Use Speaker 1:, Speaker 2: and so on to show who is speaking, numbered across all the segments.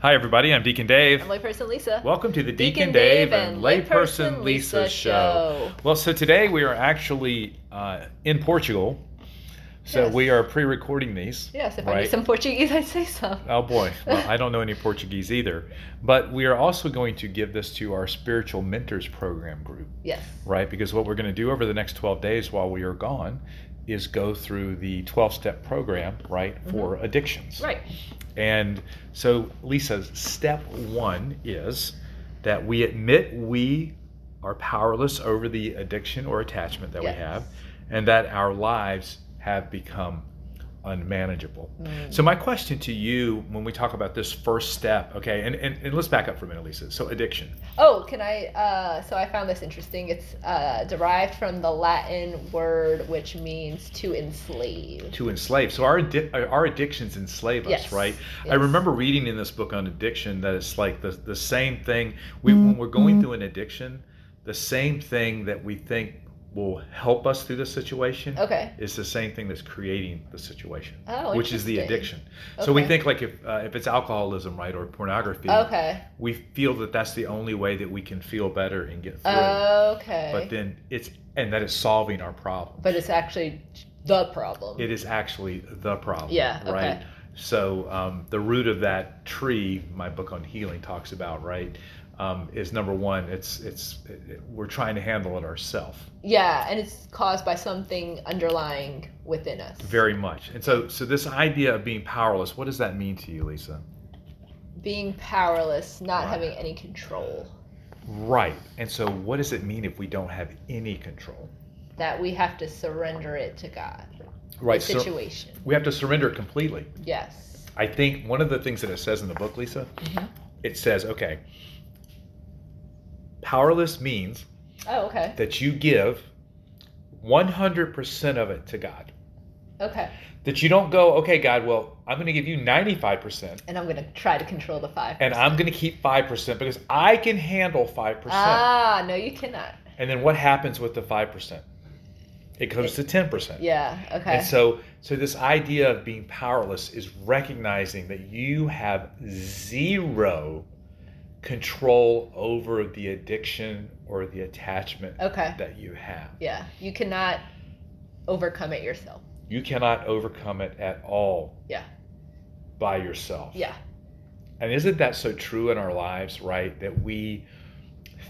Speaker 1: Hi, everybody. I'm Deacon Dave.
Speaker 2: I'm layperson Lisa.
Speaker 1: Welcome to the Deacon,
Speaker 2: Deacon
Speaker 1: Dave,
Speaker 2: Dave
Speaker 1: and
Speaker 2: and
Speaker 1: Layperson
Speaker 2: Layperson
Speaker 1: Lisa, show.
Speaker 2: Lisa Show.
Speaker 1: Well, so today we are actually uh, in Portugal. So
Speaker 2: Yes.
Speaker 1: we are pre recording these.
Speaker 2: yes, if I
Speaker 1: right?
Speaker 2: knew some Portuguese, I'd say so.
Speaker 1: Oh boy, well, I don't know any Portuguese either. But we are also going to give this to our spiritual mentors program group,
Speaker 2: Yes.
Speaker 1: right? Because what we're going to do over the next 12 days while we are gone is go through the 12 step program, right, for addictions.
Speaker 2: Right.
Speaker 1: And so, Lisa, step one is that we admit we are powerless over the addiction or attachment that
Speaker 2: Yes.
Speaker 1: we have, and that our lives have become unmanageable.
Speaker 2: Mm.
Speaker 1: So, my question to you when we talk about this first step, okay, and, and, and let's back up for a minute, Lisa. So, addiction.
Speaker 2: Oh, can I? Uh, so I found this interesting. It's uh, derived from the Latin word which means to enslave.
Speaker 1: to enslave. So our addi- our addictions enslave us,
Speaker 2: Yes.
Speaker 1: right? I
Speaker 2: Yes.
Speaker 1: remember reading in this book on addiction that it's like the the same thing. We
Speaker 2: Mm-hmm.
Speaker 1: when we're going through an addiction, the same thing that we think will help us through the situation
Speaker 2: Okay.
Speaker 1: is the same thing that's creating the situation,
Speaker 2: Oh,
Speaker 1: which is the
Speaker 2: interesting.
Speaker 1: addiction. So we
Speaker 2: Okay.
Speaker 1: think like if uh, if it's alcoholism, right, or pornography,
Speaker 2: Okay.
Speaker 1: we feel that that's the only way that we can feel better and get through.
Speaker 2: Okay.
Speaker 1: but then it's and that is solving our problem.
Speaker 2: But it's actually the problem.
Speaker 1: It is actually the problem.
Speaker 2: Yeah, okay.
Speaker 1: Right. So um, the root of that tree, my book on healing talks about, right, um, is number one. It's it's it, it- we're trying to handle it ourselves
Speaker 2: yeah, and it's caused by something underlying within us.
Speaker 1: very much. And so so this idea of being powerless, what does that mean to you, Lisa?
Speaker 2: Being powerless, not
Speaker 1: Right.
Speaker 2: having any control.
Speaker 1: Right. And so what does it mean if we don't have any control?
Speaker 2: That we have to surrender it to God.
Speaker 1: Right.
Speaker 2: The
Speaker 1: So
Speaker 2: situation.
Speaker 1: we have to surrender it completely.
Speaker 2: Yes.
Speaker 1: I think one of the things that it says in the book, Lisa,
Speaker 2: Mhm.
Speaker 1: it says, okay, powerless means
Speaker 2: Oh, okay.
Speaker 1: that you give 100% of it to God.
Speaker 2: Okay.
Speaker 1: That you don't go, okay, God, well, I'm going to give you 95%
Speaker 2: And I'm gonna try to control the five.
Speaker 1: and I'm going to keep 5% because I can handle 5%.
Speaker 2: Ah, no, you cannot.
Speaker 1: and then what happens with the 5%? It goes to 10%.
Speaker 2: Yeah. Okay.
Speaker 1: And so so this idea of being powerless is recognizing that you have zero control over the addiction or the attachment
Speaker 2: okay.
Speaker 1: that you have.
Speaker 2: Yeah. You cannot overcome it yourself.
Speaker 1: You cannot overcome it at all.
Speaker 2: Yeah.
Speaker 1: By yourself.
Speaker 2: Yeah.
Speaker 1: And isn't that so true in our lives, right? That we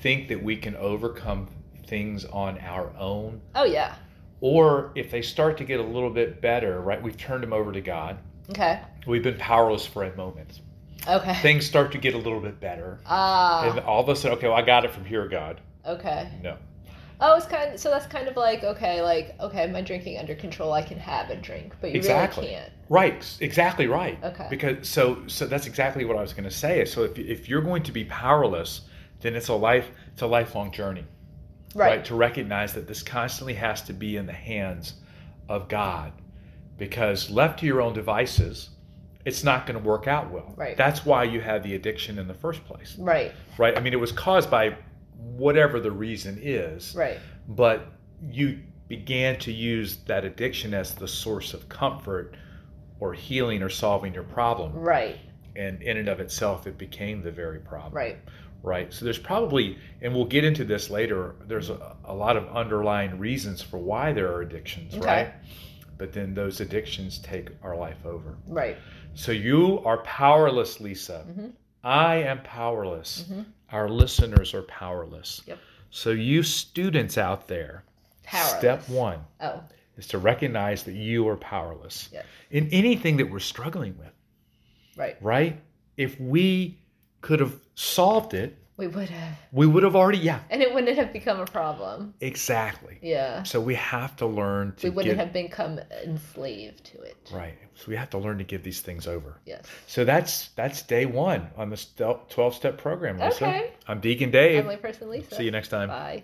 Speaker 1: think that we can overcome things on our own.
Speaker 2: Oh yeah.
Speaker 1: Or if they start to get a little bit better, right? We've turned them over to God.
Speaker 2: Okay.
Speaker 1: We've been powerless for a moment.
Speaker 2: Okay.
Speaker 1: Things start to get a little bit better.
Speaker 2: Ah.
Speaker 1: And all of a sudden, okay, well, I got it from here, God.
Speaker 2: okay.
Speaker 1: No.
Speaker 2: Oh, it's kind. so that's kind of like okay, like okay, my drinking under control. I can have a drink, but you
Speaker 1: Exactly.
Speaker 2: really can't.
Speaker 1: Right, s- exactly right.
Speaker 2: Okay.
Speaker 1: Because so so that's exactly what I was going to say. So if if you're going to be powerless, then it's a life it's a lifelong journey,
Speaker 2: Right.
Speaker 1: To recognize that this constantly has to be in the hands of God, because left to your own devices, it's not going to work out well.
Speaker 2: Right.
Speaker 1: That's why you had the addiction in the first place.
Speaker 2: Right.
Speaker 1: Right. I mean, it was caused by whatever the reason is,
Speaker 2: Right.
Speaker 1: but you began to use that addiction as the source of comfort or healing or solving your problem
Speaker 2: Right.
Speaker 1: and in and of itself it became the very problem
Speaker 2: Right.
Speaker 1: right? so there's probably and we'll get into this later there's a, a lot of underlying reasons for why there are addictions
Speaker 2: Okay.
Speaker 1: right but then those addictions take our life over
Speaker 2: Right.
Speaker 1: so you are powerless lisa
Speaker 2: Mhm.
Speaker 1: i am powerless
Speaker 2: Mhm.
Speaker 1: our listeners are powerless
Speaker 2: Yep.
Speaker 1: so you students out there
Speaker 2: Powerless.
Speaker 1: Step one
Speaker 2: Oh.
Speaker 1: is to recognize that you are powerless
Speaker 2: Yes.
Speaker 1: in anything that we're struggling with,
Speaker 2: Right.
Speaker 1: right? If we could have solved it,
Speaker 2: We would have,
Speaker 1: we would have already, yeah,
Speaker 2: and it wouldn't have become a problem.
Speaker 1: exactly.
Speaker 2: Yeah.
Speaker 1: So we have to learn to
Speaker 2: We wouldn't
Speaker 1: give,
Speaker 2: have become enslaved to it.
Speaker 1: right. So we have to learn to give these things over.
Speaker 2: Yes.
Speaker 1: So that's that's day one on the 12 step program, Lisa.
Speaker 2: Okay.
Speaker 1: I'm Deacon Dave.
Speaker 2: Emily Person Lisa.
Speaker 1: See you next time.
Speaker 2: Bye.